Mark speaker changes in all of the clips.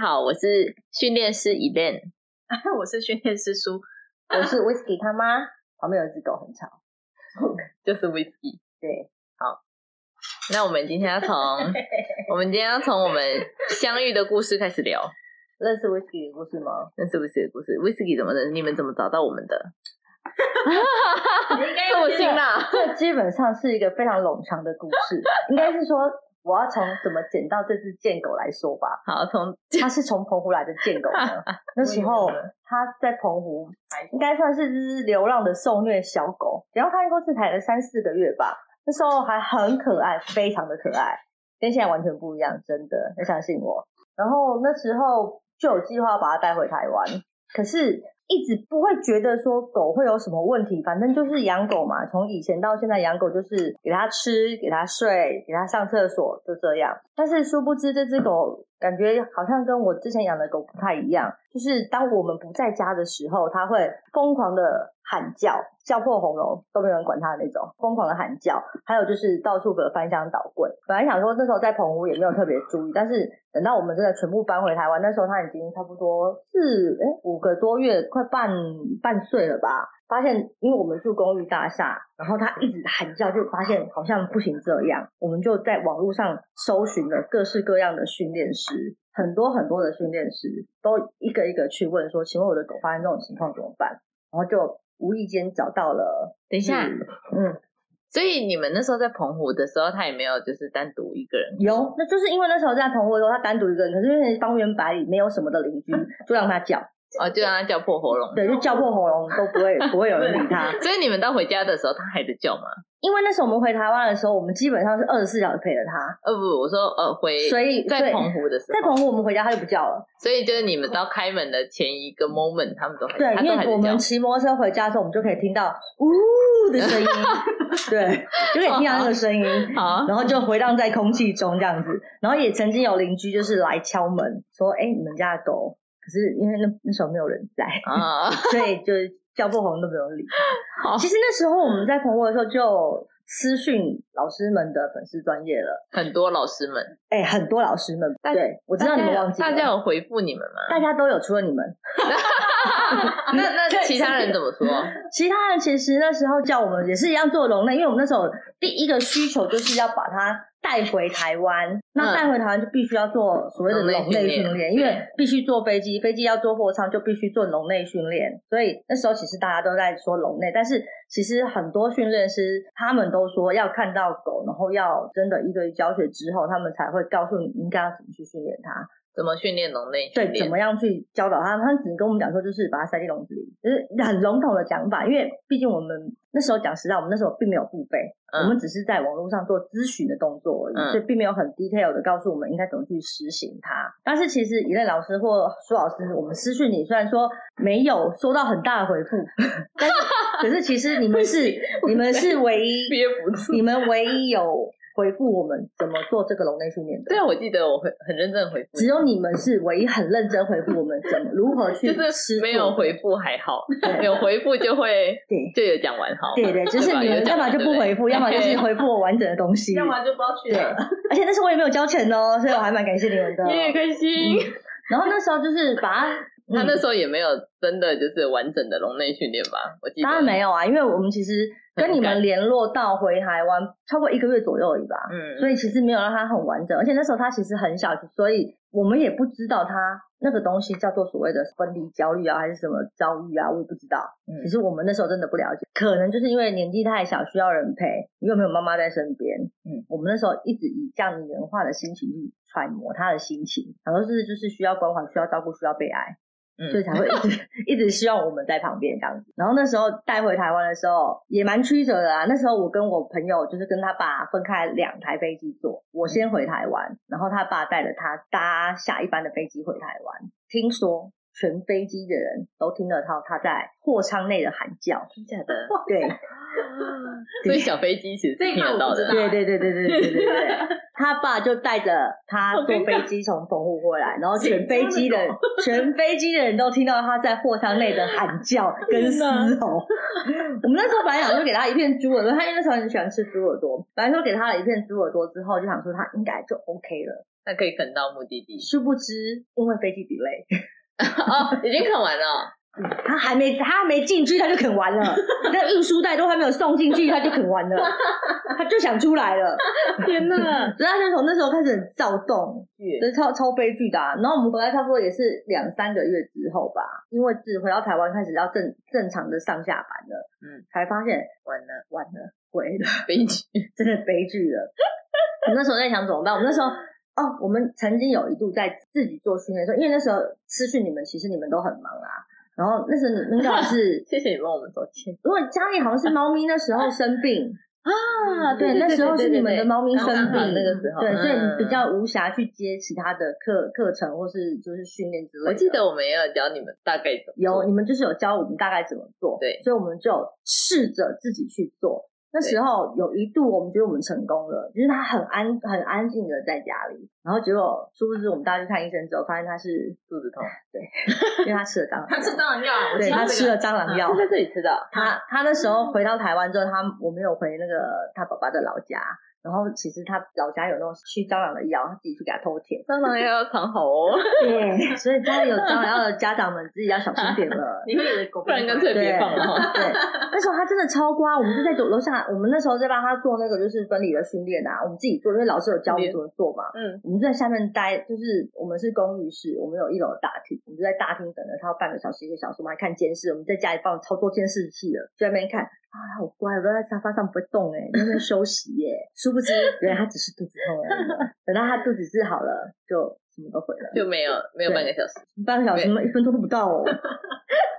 Speaker 1: 好，我是训练师 Eden，
Speaker 2: 我是训练师叔，
Speaker 3: 我是 Whisky 他妈，旁边有一只狗很吵。
Speaker 1: 就是 Whisky。
Speaker 3: 对，
Speaker 1: 那我们今天要从我们今天要从我们相遇的故事开始聊，
Speaker 3: 认识 Whisky 的故事吗？
Speaker 1: 那是不是故事？Whisky 怎么的？你们怎么找到我们的？
Speaker 2: 应
Speaker 3: 哎
Speaker 2: 该
Speaker 1: 这么辛辣？
Speaker 3: 这基本上是一个非常冗长的故事，应该是说我要从怎么捡到这只贱狗来说吧。
Speaker 1: 好，从
Speaker 3: 它是从澎湖来的贱狗呢。 那时候它在澎湖，应该算是只流浪的受虐小狗。然后它一共是才了三四个月吧，那时候还很可爱，非常的可爱，跟现在完全不一样，真的，要相信我。然后那时候就有计划把它带回台湾，可是一直不会觉得说狗会有什么问题，反正就是养狗嘛，从以前到现在养狗就是给它吃、给它睡、给它上厕所，就这样。但是殊不知这只狗感觉好像跟我之前养的狗不太一样，就是当我们不在家的时候，它会疯狂的喊叫，叫破喉咙都没有人管它的那种，疯狂的喊叫。还有就是到处的翻箱倒柜。本来想说那时候在澎湖也没有特别注意，但是等到我们真的全部搬回台湾，那时候它已经差不多四哎五个多月，快半半岁了吧。发现，因为我们住公寓大厦，然后它一直喊叫，就发现好像不行这样，我们就在网络上搜寻了各式各样的训练师，很多很多的训练师都一个一个去问说，请问我的狗发生这种情况怎么办？然后就无意间找到了，
Speaker 1: 等一下，
Speaker 3: 嗯，
Speaker 1: 所以你们那时候在澎湖的时候，他也没有就是单独一个人，
Speaker 3: 有，那就是因为那时候在澎湖的时候，他单独一个人，可是因为方圆百里没有什么的邻居，就让他叫，
Speaker 1: 哦，就让他叫破喉咙。
Speaker 3: 对，就叫破喉咙都不会不会有人理他。
Speaker 1: 所以你们到回家的时候，他还在叫吗？
Speaker 3: 因为那时候我们回台湾的时候，我们基本上是二十四小时陪着他，
Speaker 1: 呃，不，我说呃，回
Speaker 3: 所以
Speaker 1: 在
Speaker 3: 对
Speaker 1: 澎湖的时
Speaker 3: 在
Speaker 1: 候，
Speaker 3: 澎湖我们回家他就不叫了。
Speaker 1: 所以就是你们到开门的前一个 moment，他们都还
Speaker 3: 对
Speaker 1: 他，
Speaker 3: 因
Speaker 1: 都还
Speaker 3: 为我
Speaker 1: 在叫
Speaker 3: 们。骑摩托车回家的时候，我们就可以听到呜的声音，对，就可以听到那个声音。
Speaker 1: 好，
Speaker 3: 然后就回荡在空气中这样子。然后也曾经有邻居就是来敲门说：“哎、你们家的狗。”可是因为那那时候没有人在，
Speaker 1: 啊，
Speaker 3: 所以就是叫不红都没有理它
Speaker 1: 好
Speaker 3: 其实那时候我们在澎湖的时候就私讯老师们的粉丝专业了，
Speaker 1: 很多老师们，
Speaker 3: 哎、很多老师们，对我知道你们忘记了
Speaker 1: 大家有回复你们吗？
Speaker 3: 大家都有，除了你们。嗯
Speaker 1: 那那其他人怎么说？
Speaker 3: 其他人其实那时候叫我们也是一样做笼内，因为我们那时候第一个需求就是要把它带回台湾。那带回台湾就必须要做所谓的笼内训
Speaker 1: 嗯笼内训练
Speaker 3: 练，因为必须坐飞机，飞机要坐货舱就必须做笼内训练。所以那时候其实大家都在说笼内，但是其实很多训练师他们都说要看到狗，然后要真的一对一教学之后，他们才会告诉你应该要怎么去训练它。
Speaker 1: 怎么训练笼内训
Speaker 3: 对，怎
Speaker 1: 练？
Speaker 3: 么样去教导他？他只能跟我们讲说，就是把它塞进笼子里，就是很笼统的讲法。因为毕竟我们那时候讲实在，我们那时候并没有付费，我们
Speaker 1: 嗯，
Speaker 3: 只是在网络上做咨询的动作而已，
Speaker 1: 嗯
Speaker 3: 所以并没有很 detail 的告诉我们应该怎么去实行它。但是其实一类老师或苏老师，我们私讯你，虽然说没有收到很大的回复，但是可是其实你们是你们是唯一
Speaker 1: 憋不住。
Speaker 3: 你们唯一有回复我们怎么做这个笼内训练的。
Speaker 1: 对啊，我记得我很很认真地回复
Speaker 3: 只
Speaker 1: 你，
Speaker 3: 有你们是唯一很认真回复我们怎么如何去
Speaker 1: 就是
Speaker 3: 吃，
Speaker 1: 没有回复还好，
Speaker 3: 对
Speaker 1: 有回复就会
Speaker 3: 对
Speaker 1: 就有讲完好。
Speaker 3: 对对，就是你们要么就不回复，要么就是回复我完整的东西。
Speaker 2: 要么就不知道去
Speaker 3: 对
Speaker 2: 哪。，
Speaker 3: 而且那时候我也没有交钱哦，所以我还蛮感谢你 们的。
Speaker 1: 你也开心。
Speaker 3: 然后那时候就是把它，
Speaker 1: 他
Speaker 3: 嗯
Speaker 1: 那时候也没有真的就是完整的笼内训练吧？我记得
Speaker 3: 当然没，有啊，因为我们其实跟你们联络到回台湾超过一个月左右而已吧，
Speaker 1: 嗯，
Speaker 3: 所以其实没有让它很完整，而且那时候它其实很小，所以我们也不知道它那个东西叫做所谓的分离焦虑啊，还是什么遭遇啊，我也不知道。
Speaker 1: 嗯
Speaker 3: 其实我们那时候真的不了解，可能就是因为年纪太小，需要人陪，又没有妈妈在身边。
Speaker 1: 嗯，
Speaker 3: 我们那时候一直以这样拟人化的心情去揣摩他的心情，然后是就是需要关怀、需要照顾、需要被爱，
Speaker 1: 嗯
Speaker 3: 所以才会一直一直希望我们在旁边这样子。然后那时候带回台湾的时候也蛮曲折的啊。那时候我跟我朋友就是跟他爸分开两台飞机坐，我
Speaker 1: 嗯
Speaker 3: 先回台湾，然后他爸带着他搭下一班的飞机回台湾。听说全飞机的人都听得到他在货舱内的喊叫，
Speaker 1: 真假的，
Speaker 3: 对。
Speaker 1: 所以小飞机其实是
Speaker 2: 这一
Speaker 1: 听
Speaker 2: 块
Speaker 1: 得到
Speaker 2: 我知
Speaker 1: 的
Speaker 2: 道。
Speaker 3: 对对对对对对对对对， 他爸就带着他坐飞机从澎湖过来，然后全飞机的人全飞机的人都听到他在货舱内的喊叫跟嘶吼。我们那时候本来想说给他一片猪耳朵，他因为那时候很喜欢吃猪耳朵，本来说给他了一片猪耳朵之后，就想说他应该就 OK 了。
Speaker 1: 那可以啃到目的 地
Speaker 3: 殊不知，因为飞机 delay，
Speaker 1: 哦，已经啃完了。
Speaker 3: 他还没他还没进去，他就啃完了。那运输带都还没有送进去，他就啃完了，他就想出来了。
Speaker 1: 天哪！
Speaker 3: 所以他就从那时候开始很躁动，就是超超悲剧的、啊。然后我们回来差不多也是两三个月之后吧，因为自己回到台湾开始要正正常的上下班了，
Speaker 1: 嗯，
Speaker 3: 才发现
Speaker 1: 完了，
Speaker 3: 完了，毁了，
Speaker 1: 悲剧。
Speaker 3: 真的悲剧了。 我们那时候在想怎么办？我们那时候哦，我们曾经有一度在自己做训练的时候，因为那时候私讯你们，其实你们都很忙啊。然后那时候你应该是，
Speaker 1: 谢谢你帮我们做 切
Speaker 3: 因为家里好像是猫咪那时候生病，
Speaker 1: 啊
Speaker 3: 对，那时候是你们的猫咪生
Speaker 1: 刚
Speaker 3: 病
Speaker 1: 好那个时候，
Speaker 3: 对，所以
Speaker 1: 嗯
Speaker 3: 比较无暇去接其他的课课程或是就是训练之类的。
Speaker 1: 我记得我们也有教你们大概怎么
Speaker 3: 有
Speaker 1: 做
Speaker 3: 你们就是有教我们大概怎么做，
Speaker 1: 对
Speaker 3: 所以我们就试着自己去做。那时候有一度我们觉得我们成功了，就是他很安很安静的在家里，然后结果殊不知我们大家去看医生之后，发现他是
Speaker 1: 肚 子痛，
Speaker 3: 因为他吃 了蟑螂
Speaker 2: 他吃
Speaker 3: 药，
Speaker 2: 蟑螂药啊，我
Speaker 3: 对
Speaker 2: 记得
Speaker 3: 他吃
Speaker 2: 这
Speaker 3: 了
Speaker 2: 个。
Speaker 3: 蟑螂药
Speaker 1: 是，在这里吃的。
Speaker 3: 他他那时候回到台湾之后，他我们有回那个他爸爸的老家，然后其实他老家有那种驱蟑螂的药，他自己去给他偷舔。
Speaker 1: 蟑螂药要藏好 哦，
Speaker 3: 对，所以家里有蟑螂药的家长们自己要小心点了。
Speaker 2: 你会以为 狗
Speaker 1: 不然干脆别放了哈。
Speaker 3: 对，那时候他真的超乖，我们就在楼楼下，我们那时候在帮他做那个就是分离的训练啊，我们自己做，因为老师有教我们怎么做嘛。
Speaker 1: 嗯，
Speaker 3: 我们就在下面待，就是我们是公寓室，我们有一楼的大厅，我们就在大厅等了他半个小时一个小时，我们还看监视，我们在家里放超多监视器了，就在那边看啊，他好乖，我都在沙发上不会动哎、在那边休息耶、殊不知原来他只是肚子痛而已，等到他肚子治好了，就什么都毁了。
Speaker 1: 就没有没有
Speaker 3: 对
Speaker 1: 半个小时，
Speaker 3: 半个小时吗？一分钟都不到哦。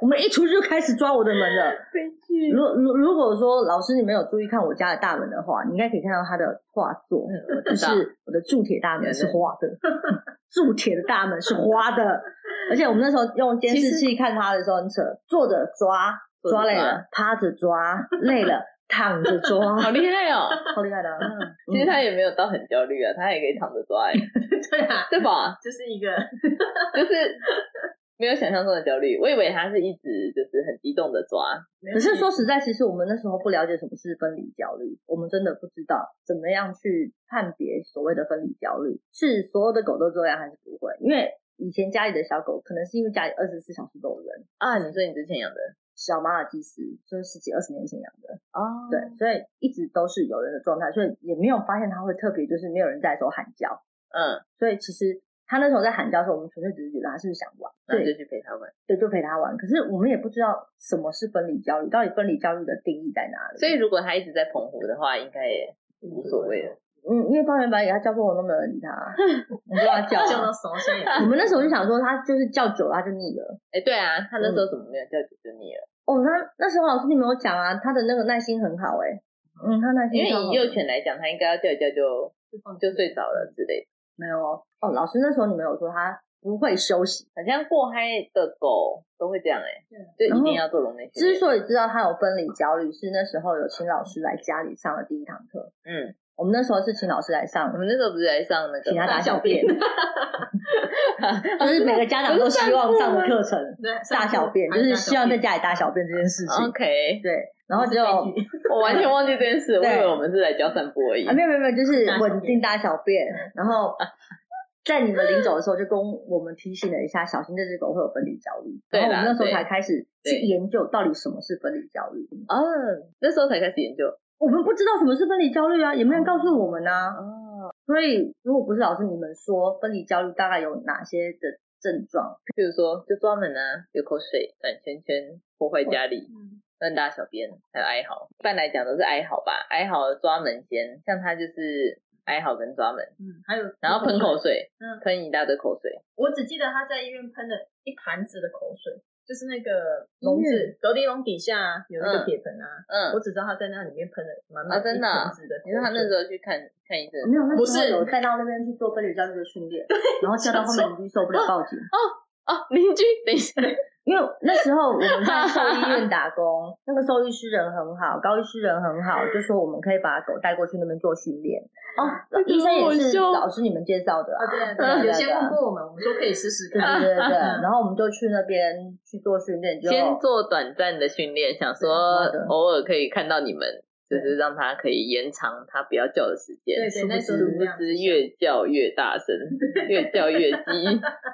Speaker 3: 我们一出去就开始抓我的门了。
Speaker 1: 悲剧
Speaker 3: 如如如果说老师你没有注意看我家的大门的话，你应该可以看到它的画作，
Speaker 1: 嗯，我
Speaker 3: 就
Speaker 1: 知道。
Speaker 3: 是我的铸铁大门是花的， 铸铁的大门是花的。而且我们那时候用监视器看它的时候很扯，坐着抓，
Speaker 1: 坐着
Speaker 3: 抓累
Speaker 1: 抓
Speaker 3: 了趴着抓，累了躺着 抓，
Speaker 1: 好厉害哦！
Speaker 3: 好厉害的啊。
Speaker 1: 其实
Speaker 3: 嗯
Speaker 1: 他也没有到很焦虑啊，他也可以躺着抓、欸，
Speaker 2: 对啊，
Speaker 1: 对吧？
Speaker 2: 就是一个
Speaker 1: 就是没有想象中的焦虑。我以为他是一直就是很激动的抓，
Speaker 3: 可是说实在，其实我们那时候不了解什么是分离焦虑，我们真的不知道怎么样去判别所谓的分离焦虑，是所有的狗都这样还是不会？因为以前家里的小狗，可能是因为家里二十四小时都有人，
Speaker 1: 啊，你说你之前养的
Speaker 3: 小马尔济斯就是十几二十年前养的，
Speaker 1: 哦
Speaker 3: 对，所以一直都是有人的状态，所以也没有发现它会特别就是没有人在的时候喊叫，
Speaker 1: 嗯，
Speaker 3: 所以其实它那时候在喊叫的时候，我们纯粹只是觉得它是不是想玩，
Speaker 1: 然后
Speaker 3: 对
Speaker 1: 就去陪他玩。
Speaker 3: 对，就陪它玩。可是我们也不知道什么是分离焦虑，到底分离焦虑的定义在哪里？
Speaker 1: 所以如果他一直在澎湖的话，应该也无所谓了。
Speaker 3: 嗯，因为方圆白给他叫过我都没有人理他， 我不知道他叫
Speaker 2: 叫
Speaker 3: 啊、
Speaker 2: 到熟，现在也
Speaker 3: 我们那时候就想说，他就是叫久了他就腻了。
Speaker 1: 哎、对啊，他那时候怎么没有叫姐姐你了？
Speaker 3: 哦，那那时候老师你没有讲啊，他的那个耐心很好哎、嗯，他耐心
Speaker 1: 因为
Speaker 3: 超
Speaker 1: 以
Speaker 3: 好
Speaker 1: 幼犬来讲，他应该要叫一叫就就睡着了之类的。
Speaker 3: 没有哦。哦，老师那时候你没有说他不会休息，
Speaker 1: 好像过嗨的狗都会这样哎、
Speaker 2: 对
Speaker 1: 就一定要做笼内训
Speaker 3: 之
Speaker 1: 练。
Speaker 3: 所以知道他有分离焦虑，是那时候有请老师来家里上了第一堂课。
Speaker 1: 嗯，
Speaker 3: 我们那时候是请老师来上
Speaker 1: 我，们那时候不是来上那个
Speaker 3: 请他打小便，
Speaker 1: 就
Speaker 3: 就是每个家长都希望上的课 程。
Speaker 2: 对
Speaker 3: 大小便就是希望在家里大小便这件
Speaker 1: 哦
Speaker 3: 事情，
Speaker 1: OK，
Speaker 3: 对，然后
Speaker 2: 是
Speaker 3: 就
Speaker 2: 悲剧
Speaker 1: 我完全忘记这件事，我以
Speaker 3: 对
Speaker 1: 为我们是来教散步而已。
Speaker 3: 啊，没有没有没有，就是
Speaker 2: 大小
Speaker 3: 稳
Speaker 2: 便
Speaker 3: 定大小便，然 后在你们临走的时候就跟我们提醒了一下，小心这只狗会有分离焦虑。
Speaker 1: 对
Speaker 3: 然后我
Speaker 1: 啦
Speaker 3: 们那时候
Speaker 1: 对
Speaker 3: 才开始去
Speaker 1: 对
Speaker 3: 研究到底什么是分离焦虑。
Speaker 1: 哦，那时候才开始研究。
Speaker 3: 我们不知道什么是分离焦虑啊，也没人告诉我们啊。
Speaker 1: 哦，
Speaker 3: 所以如果不是老师你们说分离焦虑大概有哪些的症状，
Speaker 1: 比如说，就抓门啊，流口水，转圈圈，破坏家里，
Speaker 2: 嗯
Speaker 1: 乱大小便，还有哀嚎。一般来讲都是哀嚎吧，哀嚎抓门先，像他就是哀嚎跟抓门，
Speaker 2: 嗯，还有
Speaker 1: 然后喷口，水，
Speaker 2: 嗯，
Speaker 1: 喷一大堆口水。
Speaker 2: 我只记得他在医院喷了一盘子的口水，就是那个笼
Speaker 3: 医
Speaker 2: 子隔离笼底下有
Speaker 1: 嗯
Speaker 2: 那个铁盆啊，
Speaker 1: 嗯
Speaker 2: 我，只知道他在那里面喷了满满
Speaker 1: 啊真的啊
Speaker 2: 一盆子的口
Speaker 1: 你说他那
Speaker 2: 水
Speaker 1: 时候去看看医生
Speaker 3: 没有那
Speaker 2: 不
Speaker 3: 时候
Speaker 2: 是
Speaker 3: 有带到那边去做分离焦虑的训练，然后叫到后面邻居受不了报警。
Speaker 1: 哦，邻居，等一下，
Speaker 3: 因为那时候我们 在兽医院打工，那个兽医师人很好，高医师人很好，就说我们可以把狗带过去那边做训练。哦，医生也是老师你们介绍的啊。
Speaker 2: 啊，对啊，对
Speaker 3: 对
Speaker 2: 啊，
Speaker 3: 对
Speaker 2: 有些
Speaker 3: 对
Speaker 2: 问过我们，我们说可以试试
Speaker 3: 对
Speaker 2: 看。
Speaker 3: 对对对对，然后我们就去那嗯边去做训练，就
Speaker 1: 先做短暂的训练，想说
Speaker 3: 对妈的
Speaker 1: 偶尔可以看到你们就是让它可以延长它不要叫的时间。
Speaker 2: 对对
Speaker 1: 殊不
Speaker 2: 那时候
Speaker 1: 知
Speaker 2: 是
Speaker 1: 殊
Speaker 2: 这样
Speaker 1: 不知越叫越大声，越叫越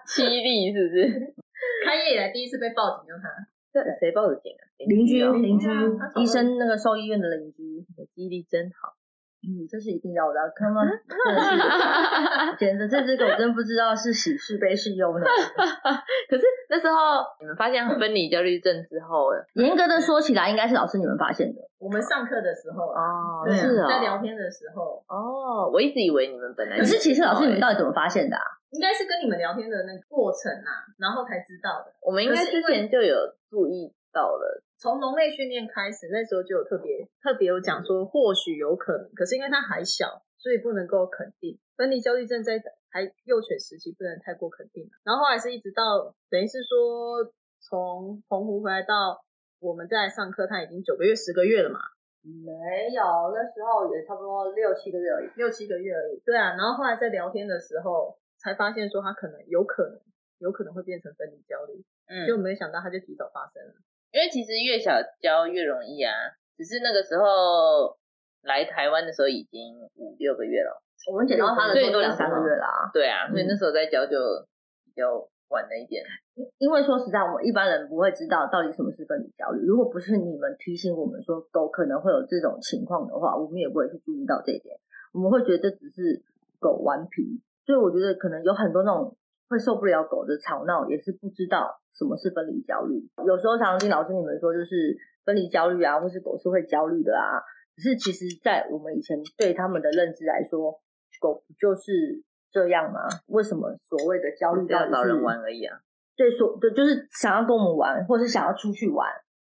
Speaker 1: 激凄厉，是不是？
Speaker 2: 开业以来第一次被报警就是他，
Speaker 1: 这谁报的警啊？
Speaker 3: 邻居
Speaker 1: 哦
Speaker 3: 邻居
Speaker 2: 对啊他找
Speaker 3: 医
Speaker 2: 到
Speaker 3: 生那个兽医院的邻居，
Speaker 1: 你的记忆力真好。
Speaker 3: 嗯，这是一定要的啊，看 到真的是简直这只狗真不知道是喜是悲是忧呢。
Speaker 1: 可是那时候你们发现分离焦虑症之后，
Speaker 3: 严格的说起来，应该是老师你们发现的，
Speaker 2: 我们上课的时候啊，
Speaker 1: 哦
Speaker 2: 对啊
Speaker 1: 是
Speaker 2: 在
Speaker 1: 哦，
Speaker 2: 聊天的时候，
Speaker 1: 哦，我一直以为你们本来
Speaker 3: 可是其实老师你们
Speaker 1: 到
Speaker 3: 到底怎么发现的啊？
Speaker 2: 应该是跟你们聊天的那个过程啊，然后才知道的。
Speaker 1: 我们应该之前就有注意到了，
Speaker 2: 从笼类训练开始，那时候就有特别特别有讲说，或许有可能，可是因为它还小，所以不能够肯定。分离焦虑症在还幼犬时期不能太过肯定，然后后来是一直到等于是说从澎湖回来到我们再来上课，它已经九个月、十个月了嘛，
Speaker 3: 没有，那时候也差不多六七个月而已。
Speaker 2: 六七个月而已。对啊，然后后来在聊天的时候才发现说它可能有可能有可能会变成分离焦虑，
Speaker 1: 嗯
Speaker 2: 就没想到它就提早发生了。
Speaker 1: 因为其实越小教越容易啊，只是那个时候来台湾的时候已经五六个月了，
Speaker 3: 我们捡到它的时候都两三个月啦、
Speaker 1: 对啊，所以
Speaker 3: 嗯
Speaker 1: 那时候在教就比较晚了一点。
Speaker 3: 因为说实在，我们一般人不会知道到底什么是分离焦虑。如果不是你们提醒我们说狗可能会有这种情况的话，我们也不会去注意到这一点。我们会觉得只是狗顽皮，所以我觉得可能有很多那种会受不了狗的吵闹，也是不知道什么是分离焦虑。有时候常常听老师你们说，就是分离焦虑啊，或是狗是会焦虑的啊。可是其实，在我们以前对他们的认知来说，狗不就是这样吗？为什么所谓的焦虑
Speaker 1: 只
Speaker 3: 哦到
Speaker 1: 要
Speaker 3: 底
Speaker 1: 找
Speaker 3: 是
Speaker 1: 人玩而已啊，
Speaker 3: 对所对，就是想要跟我们玩，或是想要出去玩，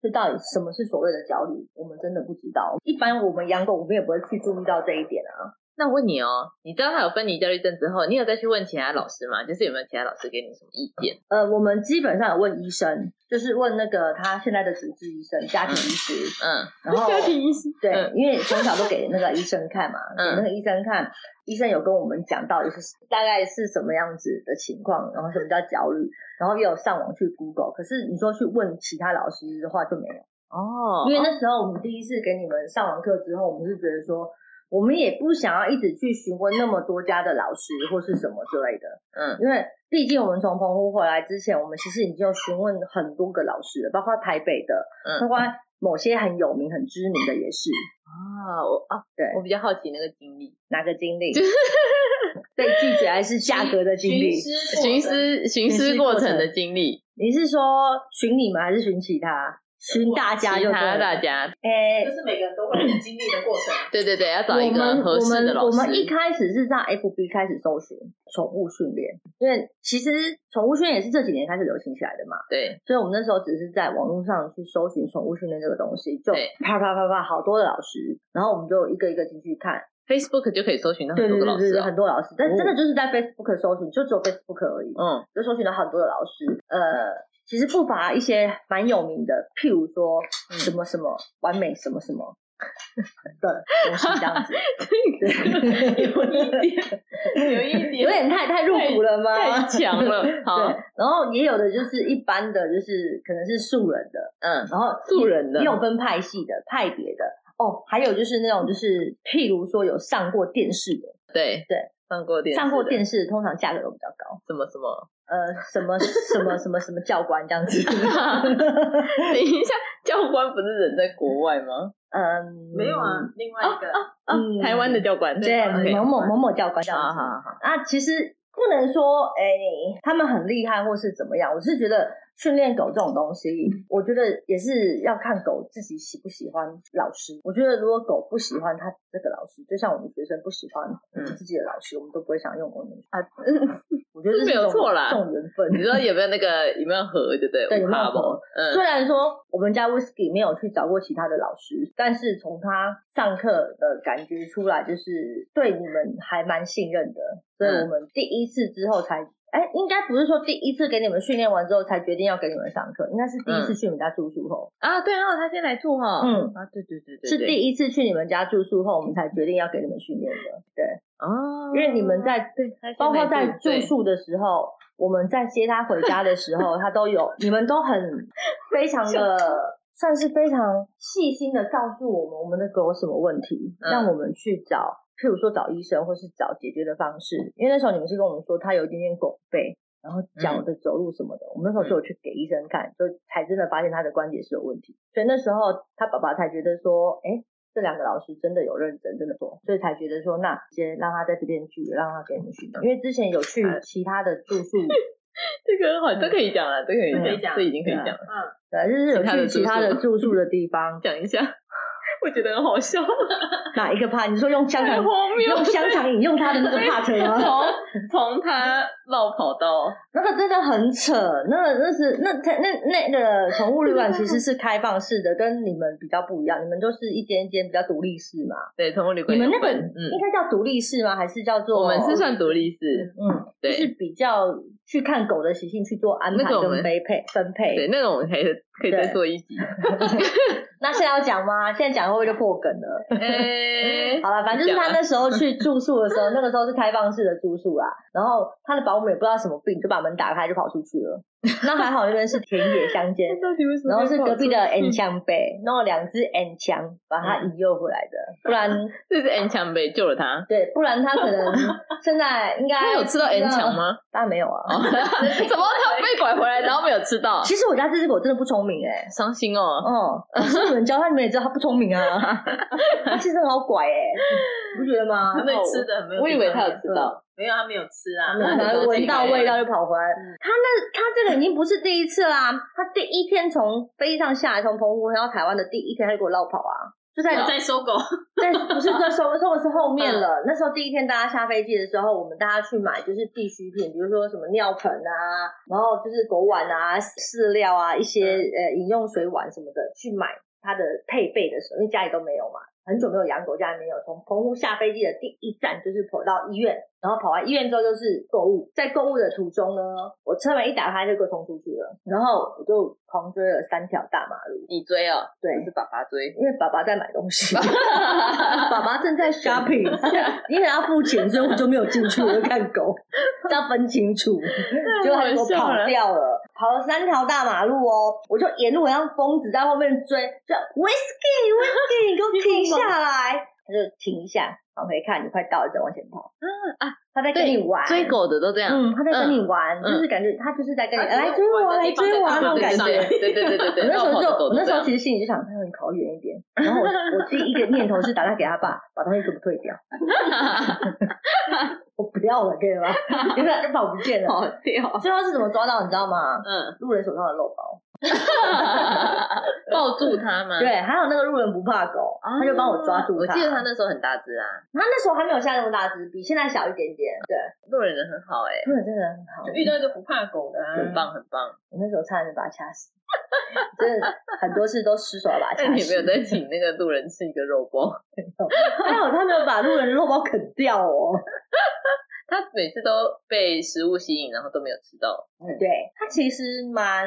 Speaker 3: 这到底什么是所谓的焦虑？我们真的不知道。一般我们养狗，我们也不会去注意到这一点啊。
Speaker 1: 那我问你哦，你知道他有分离焦虑症之后，你有再去问其他老师吗？就是有没有其他老师给你什么意见？
Speaker 3: 呃，我们基本上有问医生，就是问那个他现在的主治医生、家庭医师，
Speaker 1: 嗯，
Speaker 3: 然 后
Speaker 1: 医师
Speaker 3: 对，
Speaker 1: 嗯
Speaker 3: 因为从小都给那个医生看嘛，给
Speaker 1: 嗯
Speaker 3: 那个医生看，医生有跟我们讲到底是大概是什么样子的情况，然后什么叫焦虑，然后也有上网去 Google，可是你说去问其他老师的话就没有。
Speaker 1: 哦，
Speaker 3: 因为那时候我们第一次给你们上完课之后，我们是觉得说，我们也不想要一直去询问那么多家的老师或是什么之类的，
Speaker 1: 嗯
Speaker 3: 因为毕竟我们从澎湖回来之前，我们其实已经有询问很多个老师了，包括台北的，包
Speaker 1: 嗯
Speaker 3: 括某些很有名、很知名的也是。
Speaker 1: 啊，我啊，
Speaker 3: 对，
Speaker 1: 我比较好奇那个经历，
Speaker 3: 哪个经历？被拒绝还是价格的经历？
Speaker 1: 寻思寻思过程的经历，
Speaker 3: 你是说寻你们还是寻其他？寻大家
Speaker 1: 其
Speaker 3: 就对
Speaker 1: 他
Speaker 3: 了。
Speaker 1: 大家，
Speaker 3: 哎、
Speaker 2: 就是每个人都会有经历的过 程。
Speaker 1: 对对对，要找
Speaker 3: 我
Speaker 1: 一个
Speaker 3: 们
Speaker 1: 合
Speaker 3: 我
Speaker 1: 适
Speaker 3: 们
Speaker 1: 的老师。
Speaker 3: 我们一开始是在 FB 开始搜寻宠物训练，因为其实宠物训练也是这几年开始流行起来的嘛，
Speaker 1: 对
Speaker 3: 所以我们那时候只是在网络上去搜寻宠物训练这个东西，就
Speaker 1: 对
Speaker 3: 啪啪啪啪好多的老师，然后我们就一个一个进去看，
Speaker 1: Facebook 就可以搜寻到
Speaker 3: 对
Speaker 1: 很多个
Speaker 3: 对对
Speaker 1: 老
Speaker 3: 对
Speaker 1: 师哦
Speaker 3: 对，很。多老师，但真的就是在 Facebook 搜寻，就只有 Facebook 而已，
Speaker 1: 嗯，
Speaker 3: 就搜寻了很多的老师，呃。其实不乏一些蛮有名的，譬如说
Speaker 1: 嗯
Speaker 3: 什么什么完美什么什么 的东西这样子，
Speaker 1: 嗯 有一
Speaker 3: 有点太太入骨了吗？
Speaker 1: 太强了。 好
Speaker 3: 对，，然后也有的就是一般的，就是可能是素人的，
Speaker 1: 嗯，
Speaker 3: 然后
Speaker 1: 素人的
Speaker 3: 也有分派系的、派别的哦，还有就是那种就是譬如说有上过电视的，
Speaker 1: 对
Speaker 3: 对，
Speaker 1: 上过电视的，
Speaker 3: 上过电视的通常价格都比较高，
Speaker 1: 什么什么？
Speaker 3: 呃，什么什么什么什么教官这样子，
Speaker 1: 等一下，教官不是人在国外吗？
Speaker 3: 嗯，
Speaker 2: 没有啊，，另外一个
Speaker 1: 啊
Speaker 3: 嗯，
Speaker 1: 台湾的教官
Speaker 3: 对，
Speaker 1: OK
Speaker 3: 某某某某教官这样
Speaker 1: 好
Speaker 3: 子，
Speaker 1: 好好，
Speaker 3: 啊，其实不能说哎、他们很厉害或是怎么样，我是觉得训练狗这种东西，我觉得也是要看狗自己喜不喜欢老师。我觉得如果狗不喜欢他这个老师，就像我们学生不喜欢
Speaker 1: 嗯
Speaker 3: 我们自己的老师，我们都不会想用我们啊。 我觉得这是
Speaker 1: 没有
Speaker 3: 一种
Speaker 1: 错啦
Speaker 3: 这种缘分。
Speaker 1: 你知道有没有那个有没有合，对不对？
Speaker 3: 对有没有
Speaker 1: 五趴不
Speaker 3: 合
Speaker 1: 嗯
Speaker 3: 虽，然说我们家 Whisky 没有去找过其他的老师，但是从他上课的感觉出来，就是对你们还蛮信任的，所以
Speaker 1: 嗯
Speaker 3: 我们第一次之后才。哎，应该不是说第一次给你们训练完之后才决定要给你们上课，应该是第
Speaker 1: 嗯
Speaker 3: 一次去你们家住宿后，
Speaker 1: 啊，对啊，他先来住哈，
Speaker 3: 嗯
Speaker 1: 啊，对对对对，
Speaker 3: 是
Speaker 1: 对
Speaker 3: 第一次去你们家住宿后，我们才决定要给你们训练的。对，
Speaker 1: 哦，
Speaker 3: 因为你们在
Speaker 1: 对，他先来
Speaker 3: 包括在住
Speaker 1: 对
Speaker 3: 宿的时候， 我们在接他回家的时候，他都有，你们都很非常的算是非常细心的告诉我们我们的狗有什么问题，
Speaker 1: 嗯
Speaker 3: 让我们去找，譬如说找医生或是找解决的方式。因为那时候你们是跟我们说它有一点点拱背，然
Speaker 1: 嗯
Speaker 3: 后脚的走路什么的，我们那时候就有去给医生看，就才真的发现它的关节是有问题。所以那时候他爸爸才觉得说，哎、这两个老师真的有认真，真的做，所以才觉得说，那先让他在这边住，让他给你们训练。因为之前有去
Speaker 1: 哎
Speaker 3: 其他的住 宿，
Speaker 1: 这个好，这可以讲了，这可以
Speaker 3: 嗯可以
Speaker 2: 讲
Speaker 1: 这已经可以
Speaker 3: 对啊
Speaker 1: 讲了，
Speaker 3: 对，就是有
Speaker 1: 其他的住宿
Speaker 3: 去其他的住宿的地方，
Speaker 1: 讲一下， 我觉得很好笑，
Speaker 3: 哪一个怕？你说 用香
Speaker 1: 太
Speaker 3: 肠，
Speaker 1: 荒谬
Speaker 3: 用
Speaker 1: 了。
Speaker 3: 香肠引用他的那个帕车 吗？
Speaker 1: 从从他绕跑到
Speaker 3: 那个真的很扯，那个那是那那那那个宠物旅馆其实是开放式的，跟你们比较不一样，你们都是一间一间比较独立式嘛。
Speaker 1: 对宠物旅
Speaker 3: 你
Speaker 1: 馆有
Speaker 3: 们
Speaker 1: 分，
Speaker 3: 那个应
Speaker 1: 嗯，
Speaker 3: 该叫独立式吗？还是叫做
Speaker 1: 我们是算独立式，
Speaker 3: 嗯，就
Speaker 1: 对
Speaker 3: 是比较去看狗的习性去做安排
Speaker 1: 那个我
Speaker 3: 跟
Speaker 1: 们
Speaker 3: 分配分
Speaker 1: 对
Speaker 3: 配。
Speaker 1: 那种我们可以可以再
Speaker 3: 对
Speaker 1: 做一集，
Speaker 3: 那现在要讲吗？现在讲会不会就破梗了？
Speaker 1: 哎，
Speaker 3: 好了，反正就是他那时候 去住宿的时候，那个时候是开放式的住宿啦。然后他的保姆也不知道什么病，就把门打开就跑出去了。那还好那边是田野乡间，
Speaker 1: 到底为什么
Speaker 3: 然后
Speaker 1: 会
Speaker 3: 是
Speaker 1: 跑
Speaker 3: 隔壁的
Speaker 1: 出去
Speaker 3: N 枪杯，弄了两只 N 枪把它
Speaker 1: 嗯
Speaker 3: 引诱回来的，不然
Speaker 1: 这是 N 强呗，救了他。哎
Speaker 3: 对，不然它可 能现在应该
Speaker 1: 他有吃到 N 强？吗？
Speaker 3: 当然没有啊。
Speaker 1: 哦， 怎么他被拐回来，然后没有吃到？
Speaker 3: 其实我家这只狗真的不聪明哎、
Speaker 1: 伤心哦。
Speaker 3: 哦，可是你们教它，你们也知道它不聪明啊， 它其实很好拐哎、你不觉得 吗？
Speaker 2: 他对吃的没有，
Speaker 1: 我以为他有吃到，
Speaker 2: 没有他没有 吃啊，
Speaker 1: 那
Speaker 3: 然
Speaker 1: 很
Speaker 3: 后
Speaker 1: 多
Speaker 3: 闻
Speaker 1: 奇怪
Speaker 3: 到
Speaker 1: 的嗯
Speaker 3: 味道就跑回来。他那他这个已经不是第一次啦，他第一天从飞机上下来，从澎湖回到台湾的第一天，他就给我绕跑啊，就在
Speaker 1: 哦
Speaker 2: 在在搜狗，
Speaker 3: 对，不是在收收的是后面了。那时候第一天大家下飞机的时候，我们大家去买就是必需品，比如说什么尿盆啊，然后就是狗碗啊、饲料啊、一些呃饮用水碗什么的，去买它的配备的时候，因为家里都没有嘛，很久没有养狗，家里没有。从澎湖下飞机的第一站就是跑到医院，然后跑完医院之后就是购物，在购物的途中呢，我车门一打开就给我冲出去了，然后我就狂追了三条大马路，
Speaker 1: 你追哦，
Speaker 3: 对
Speaker 1: 不是爸爸 追。
Speaker 3: 因为爸爸在买东西。爸爸正在 shopping，因为要付钱，所以我就没有进去，我就看狗，要分清楚。结果他就给我跑掉了，跑了三条大马路哦，我就沿路像疯子在后面追，就 whiskey whiskey，你给我停下来，他就停一下，往回看，你快到了，再往前跑。
Speaker 1: 啊啊，
Speaker 3: 他在跟你玩，
Speaker 1: 追狗的都这样，
Speaker 3: 嗯，他在跟你玩，
Speaker 1: 嗯
Speaker 3: 就是感觉他就是在跟你
Speaker 2: 他只是
Speaker 3: 来追我，
Speaker 2: 玩的
Speaker 3: 来
Speaker 2: 地方
Speaker 3: 追我
Speaker 2: 在
Speaker 3: 啊那
Speaker 2: 大马
Speaker 3: 种
Speaker 2: 路
Speaker 3: 感
Speaker 2: 上
Speaker 3: 觉。
Speaker 1: 对对对对 对。
Speaker 3: 我那时候
Speaker 1: 绕跑的
Speaker 3: 就，
Speaker 1: 狗
Speaker 3: 我
Speaker 1: 都
Speaker 3: 那
Speaker 1: 这
Speaker 3: 时候
Speaker 1: 样
Speaker 3: 其实心里就想，他很考远一点。然后我我第一个念头是打电话给他爸，把东西全部退掉，我不要了，可以吗？因为他 就跑不见了。
Speaker 1: 跑掉，
Speaker 3: 最后是怎么抓到，你知道吗？
Speaker 1: 嗯，
Speaker 3: 路人手上的肉包。
Speaker 1: 抱住他吗？
Speaker 3: 对，，还有那个路人不怕狗，他就帮嗯哦我抓住
Speaker 1: 我
Speaker 3: 他。
Speaker 1: 记得他那时候很大只啊，
Speaker 3: 他那时候还没有下那么大只，比现在小一点点。对，
Speaker 1: 路人人很好哎，
Speaker 3: 路人真的很好，
Speaker 2: 遇到一个不怕狗的啊，
Speaker 1: 很棒很棒。
Speaker 3: 我那时候差点就把他掐死，真的很多事都失手要把他掐
Speaker 1: 但
Speaker 3: 死。
Speaker 1: 你没有在请那个路人吃一个肉包，
Speaker 3: 还好他没有把路人的肉包啃掉哦。
Speaker 1: 他每次都被食物吸引，然后都没有吃到。
Speaker 3: 对，它其实蛮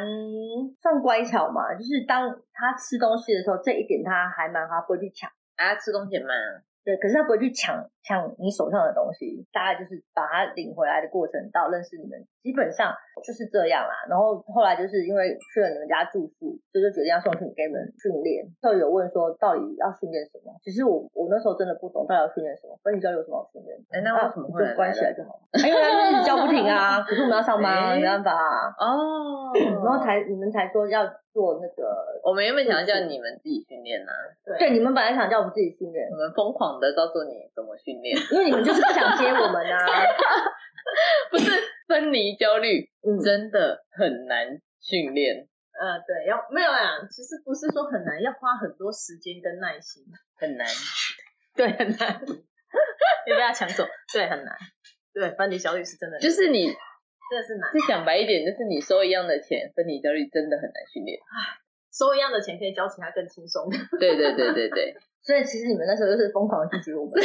Speaker 3: 算乖巧嘛，就是当它吃东西的时候，这一点它还蛮好，它不会去抢。
Speaker 1: 啊，吃东西很慢啊，
Speaker 3: 对，可是它不会去抢抢你手上的东西，大概就是把它领回来的过程到认识你们，基本上就是这样啦。然后后来就是因为去了你们家住宿，所以就决定要送去给你们训练。就有问说到底要训练什么，其实我我那时候真的不懂到底要训练什么，分离交流有什么好训练的？
Speaker 1: 哎，那为
Speaker 3: 啊
Speaker 1: 什么会来
Speaker 3: 就关起来
Speaker 1: 了？
Speaker 3: 就好了，哎因为他们一直叫不停啊。可是我们要上班啊，
Speaker 1: 哎
Speaker 3: 没办法啊。
Speaker 1: 哦，
Speaker 3: 然后才你们才说要做那个，
Speaker 1: 我们原本想要叫你们自己训练呢，
Speaker 3: 对，你们本来想叫我们自己训练
Speaker 1: 我，们疯狂的告诉你怎么训练，
Speaker 3: 因为你们就是不想接我 们啊。
Speaker 1: 不是分离焦虑
Speaker 3: 嗯，
Speaker 1: 真的很难训练，
Speaker 2: 呃，对，要没有啦，其实不是说很难，要花很多时间跟耐心，
Speaker 1: 很 难。
Speaker 2: 对，很难，要被他抢走，对，很难，对，班迪小雨是真的，
Speaker 1: 就是你，
Speaker 2: 真的是难，
Speaker 1: 就讲白一点，就是你收一样的钱，分离焦虑真的很难训 练。
Speaker 2: 收一样的钱可以交其他更轻松 的，
Speaker 1: 对对对对对，
Speaker 3: 所以其实你们那时候就是疯狂地拒绝我们，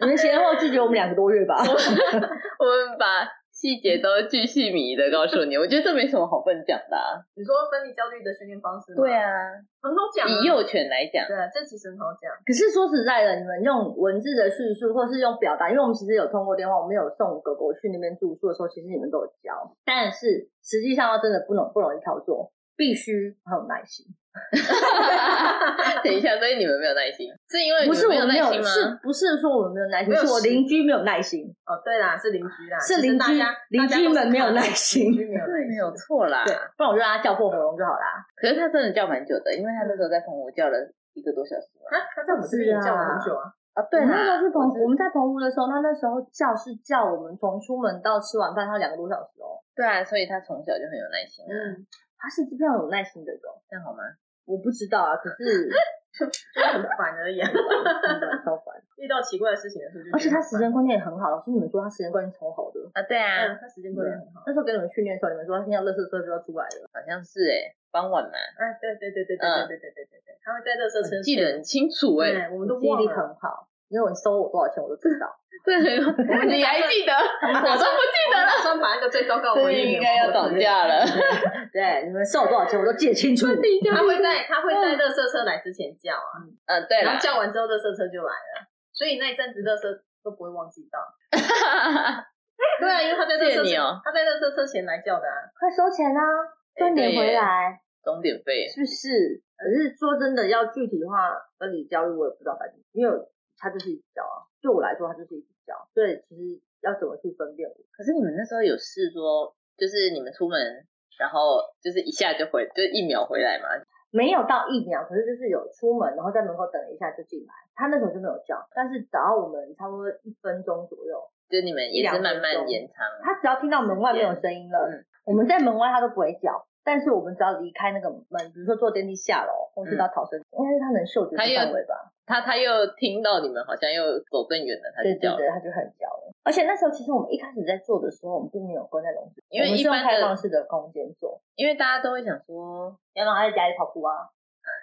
Speaker 3: 你们前后拒绝我们两个多月吧？
Speaker 1: 啊我们把细节都巨细靡的告诉你，我觉得这没什么好分享的、啊。
Speaker 2: 你说分离焦虑的训练方式吗，
Speaker 1: 啊，
Speaker 2: 很好讲啊，
Speaker 1: 以幼犬来讲，
Speaker 2: 对啊，这其实很好讲，
Speaker 3: 可是说实在的，你们用文字的叙述，或是用表达，因为我们其实有通过电话，我们有送狗狗去那边住宿的时候，其实你们都有教，但是实际上要真的不容不容易操作，必须很有耐心。
Speaker 1: 等一下，所以你们没有耐心，是因为你
Speaker 3: 不
Speaker 1: 们
Speaker 3: 是我
Speaker 1: 没有
Speaker 3: 没
Speaker 1: 耐
Speaker 3: 有，
Speaker 1: 心吗？
Speaker 3: 是不是说我们没有耐心？
Speaker 2: 没有
Speaker 3: 是我
Speaker 2: 时
Speaker 3: 邻居没有耐心，
Speaker 2: 哦，对啦，是邻居啦，
Speaker 3: 是
Speaker 2: 其实
Speaker 3: 邻
Speaker 2: 大
Speaker 3: 居
Speaker 2: 家
Speaker 3: 邻居们没有耐，
Speaker 2: 大家都是看邻
Speaker 3: 心。
Speaker 2: 居没有耐
Speaker 1: 对，
Speaker 2: 心，
Speaker 1: 没有错啦。
Speaker 3: 对，不然我就让他叫破喉咙就好啦。
Speaker 1: 可是他真的叫蛮久的，因为他那时候在澎湖叫了一个多小时嘛。
Speaker 2: 啊，他在我们这边也叫了很久啊，
Speaker 1: 啊，对
Speaker 3: 我们那时
Speaker 1: 啦，
Speaker 3: 候去澎湖，呃我们在澎湖的时候，他那时候叫是叫我们从出门到吃晚饭，他两个多小时哦。
Speaker 1: 对啊，所以他从小就很有耐心啊，
Speaker 2: 嗯，
Speaker 3: 他是非常有耐心的哦人，
Speaker 1: 这样好吗？
Speaker 3: 我不知道啊，可 是
Speaker 2: 就很烦 而已啊。
Speaker 3: 真的超烦，
Speaker 2: 遇到奇怪的事情的时候就觉得
Speaker 3: 而且他
Speaker 2: 很
Speaker 3: 时
Speaker 2: 烦，
Speaker 3: 间观念也很好。老师，你们说他时间观念超好的。
Speaker 1: 啊，对啊，
Speaker 2: 嗯，他时间观念很好。
Speaker 3: 那时候给你们训练的时候，你们说他听到垃圾车就要出来了，
Speaker 1: 好像是哎，傍晚嘛，
Speaker 2: 哎，对对对对对对对对对对对，他会在热车车
Speaker 1: 记得很清楚哎，
Speaker 2: 对，我们都
Speaker 3: 记忆
Speaker 2: 忘
Speaker 3: 力
Speaker 2: 了，
Speaker 3: 很好。因为你收我多少钱，我都知道。
Speaker 1: 这很有， 你还记得？我都不记得了，
Speaker 2: 打算把那个最糟糕的
Speaker 1: 所
Speaker 2: 回
Speaker 1: 以
Speaker 2: 忆
Speaker 1: 应该要
Speaker 2: 找
Speaker 1: 吵。架了。
Speaker 3: 对，你们收我多少钱，我都记得清楚。
Speaker 2: 他会在他会在热车车来之前叫啊，
Speaker 1: 嗯，对
Speaker 2: 然
Speaker 1: 了
Speaker 2: 后，叫完之后热车车就来了，所以那一阵子热车都不会忘记到。对啊，因为他在热
Speaker 1: 谢谢
Speaker 2: 车
Speaker 1: 你
Speaker 2: 车，
Speaker 1: 哦
Speaker 2: 他在热车车前来叫的啊。
Speaker 3: 快收钱啊！分点回来，
Speaker 1: 终点费
Speaker 3: 是不是？可是说真的，要具体化分离焦虑，我也不知道该怎么，因为他就是一直教啊。对我来说，他就是一直教，所以其实要怎么去分辨？
Speaker 1: 可是你们那时候有试说，就是你们出门，然后就是一下就回，就一秒回来嘛？
Speaker 3: 没有到一秒，可是就是有出门，然后在门口等一下就进来。他那时候就没有叫，但是只要我们差不多一分钟左右，
Speaker 1: 就你们也是慢慢延长。
Speaker 3: 他只要听到门外没有声音了，
Speaker 1: 嗯
Speaker 3: 我们在门外他都不会叫。但是我们只要离开那个门，比如说坐电梯下楼，或是到逃生，应该是他能嗅觉的
Speaker 1: 他又
Speaker 3: 范围吧？
Speaker 1: 他他又听到你们好像又走更远了，他
Speaker 3: 对
Speaker 1: 就
Speaker 3: 对
Speaker 1: 叫了。
Speaker 3: 对，他就很焦虑。而且那时候其实我们一开始在做的时候，我们并没有关在笼子里，
Speaker 1: 因为
Speaker 3: 我们是
Speaker 1: 一
Speaker 3: 用
Speaker 1: 般的
Speaker 3: 开放式的空间做，
Speaker 1: 因为大家都会想说，
Speaker 3: 要让他在家里跑步啊、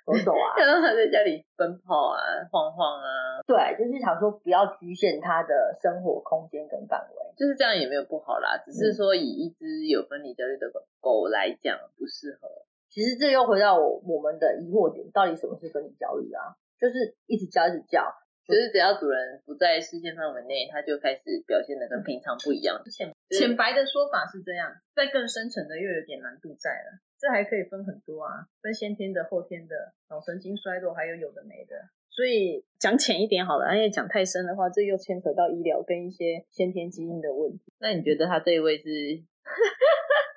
Speaker 3: 走走 啊，
Speaker 1: 看到他在家里奔跑啊、晃晃啊，
Speaker 3: 对，就是想说不要局限他的生活空间跟范围。
Speaker 1: 就是这样也没有不好啦。只
Speaker 2: 嗯
Speaker 1: 是说以一只有分离焦虑的狗狗来讲不适合。
Speaker 3: 其实这又回到我我们的疑惑点，到底什么是分离焦虑啊？就是一直叫一直叫，
Speaker 1: 就是只要主人不在视线范围内，它就开始表现的跟平常不一样。
Speaker 2: 浅白的说法是这样，再更深层的又有点难度在了。这还可以分很多啊，分先天的、后天的、脑神经衰弱，还有有的没的。所以讲浅一点好了，因为讲太深的话，这又牵扯到医疗跟一些先天基因的问题。
Speaker 1: 那你觉得它这一位是？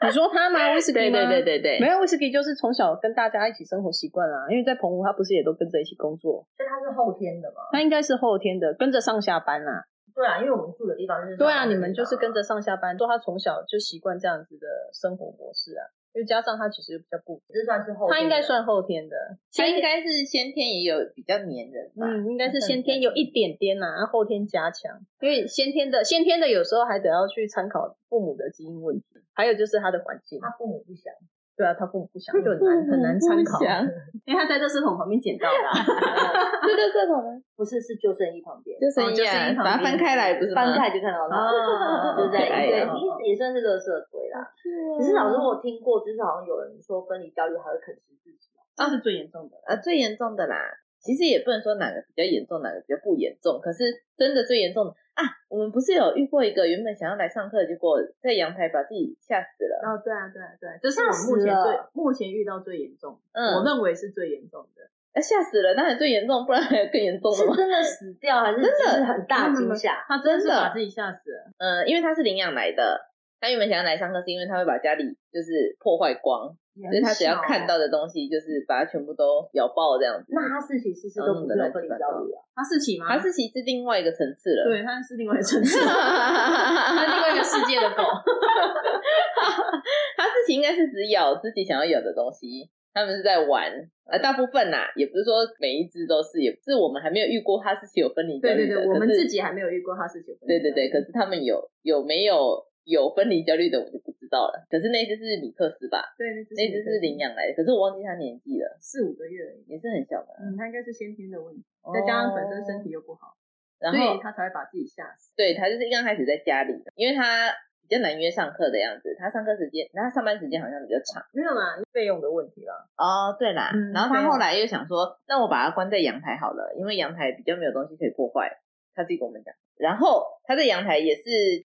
Speaker 2: 你说他吗？威士忌
Speaker 1: 对
Speaker 2: 吗？
Speaker 1: 对对对对，
Speaker 2: 没有威士忌就是从小跟大家一起生活习惯啦、因为在澎湖他不是也都跟着一起工作，
Speaker 3: 所以它是后天的嘛？
Speaker 2: 他应该是后天的跟着上下班啦、
Speaker 3: 对啊，因为我们住的地方就是
Speaker 2: 对啊，你们就是跟着上下班，说他从小就习惯这样子的生活模式啊，又加上他其实比较不，
Speaker 3: 啊这算是后天的，
Speaker 2: 他应该算后天的，
Speaker 1: 它应该是先天也有比较粘人吧？
Speaker 3: 啊
Speaker 2: 嗯，应该是先天有一点点呐、啊，后天加强，因为先天的先天的有时候还得要去参考父母的基因问题，还有就是他的环境，
Speaker 3: 他父母不想。
Speaker 2: 对啊，他父母 不想就很难很难参考
Speaker 1: 不，想
Speaker 2: 因为他在热圾桶旁边捡到 的、啊。
Speaker 1: 是的，这种吗？
Speaker 3: 不是，是救生衣旁边，
Speaker 1: 就
Speaker 2: 哦就是是一
Speaker 1: 一啊
Speaker 2: 旁
Speaker 1: 把它翻
Speaker 2: 边
Speaker 1: 开来不是吗？
Speaker 3: 翻开就看到
Speaker 2: 哦
Speaker 3: 了， 对不对？
Speaker 1: 好可爱
Speaker 3: 对，
Speaker 1: 哦
Speaker 2: 啊
Speaker 3: 也也算是垃圾堆啦。
Speaker 1: 啊
Speaker 3: 可是老师，我听过，就是好像有人说分离焦虑还会啃食自己，
Speaker 2: 这是最严重的。
Speaker 1: 啊，最严重的啦。其实也不能说哪个比较严重，哪个比较不严重。可是真的最严重的啊，我们不是有遇过一个原本想要来上课，结果在阳台把自己吓死了。
Speaker 2: 哦，对啊，对啊，对啊，这是
Speaker 3: 吓
Speaker 2: 我
Speaker 3: 死
Speaker 2: 目前最
Speaker 3: 了
Speaker 2: 目前遇到最严重，我
Speaker 1: 嗯，
Speaker 2: 认为是最严重的。
Speaker 1: 啊吓死了，当然最严重，不然还有更严重的
Speaker 3: 是
Speaker 1: 吗？
Speaker 3: 真的死掉还是
Speaker 1: 真的
Speaker 3: 就是很大惊吓？
Speaker 2: 他真是
Speaker 1: 真的
Speaker 2: 把自己吓死了。
Speaker 1: 嗯，因为他是领养来的，他原本想要来上课，是因为他会把家里就是破坏光，就是他只要看到的东西，就是把它全部都咬爆这样子。
Speaker 3: 那他是其实是都不是有分离焦虑啊，
Speaker 2: 他是起吗？
Speaker 1: 他是其实另外一个层次了。
Speaker 2: 对，他是另外一个层次，他是另外一个世界的狗。
Speaker 1: 他事情应该是只咬自己想要咬的东西，他们是在玩。呃，大部分呐、也不是说每一只都是，也是我们还没有遇过他是有分离焦
Speaker 2: 对对
Speaker 1: 虑的。
Speaker 2: 对，我
Speaker 1: 可
Speaker 2: 们
Speaker 1: 是
Speaker 2: 自己还没有遇过他是九分。
Speaker 1: 对对对，可是他们有有没有有分离焦虑的，我就不知道了。可是那只是米克斯吧，
Speaker 2: 对，那只
Speaker 1: 那只是领养来的，可是我忘记他年纪了，
Speaker 2: 四五个月而已。
Speaker 1: 也是很小嘛，
Speaker 2: 嗯，他应该是先天的问题，再加上本身身体又不好，
Speaker 1: 哦然
Speaker 2: 所以
Speaker 1: 后
Speaker 2: 他才会把自己吓死。
Speaker 1: 对他就是一刚开始在家里，因为他比较难约上课的样子，他上课时间，他上班时间好像比较长。
Speaker 2: 没有啦，费用的问题啦。
Speaker 1: 哦，对啦，
Speaker 2: 嗯
Speaker 1: 然后他
Speaker 2: 对啊
Speaker 1: 后来又想说，那我把它关在阳台好了，因为阳台比较没有东西可以破坏。他自己跟我们讲，然后他在阳台也是，